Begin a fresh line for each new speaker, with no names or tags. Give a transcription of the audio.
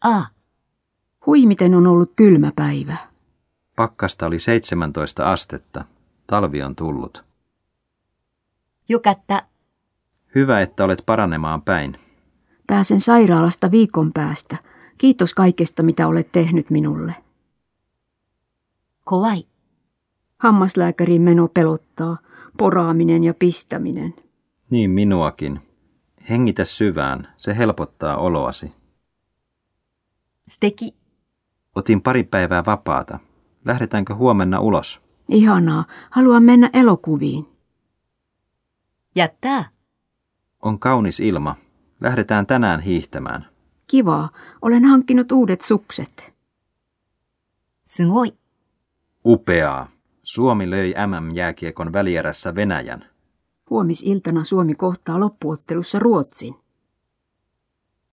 Ah, hui miten on ollut kylmä päivä.
Pakkasta oli 17 astetta. Talvi on tullut.
Jukatta,
Hyvä, että olet paranemaan päin.
pääsen sairaalasta viikon päästä. Kiitos kaikesta, mitä olet tehnyt minulle.
Kowai,
Hammaslääkärin meno pelottaa, poraaminen ja pistäminen.
Niin minuakin. Hengitä syvään, se helpottaa oloasi.
steki,
Otin pari päivää vapaata. Lähdetäänkö huomenna ulos?
Ihanaa, haluan mennä elokuviin.
jättää,
On kaunis ilma. Lähdetään tänään hiihtämään.
Kivaa, olen hankkinut uudet sukset.
すごい、
Upeaa. Suomi löi MM-jääkiekon välierässä Venäjän.
Huomisiltana Suomi kohtaa loppuottelussa Ruotsin.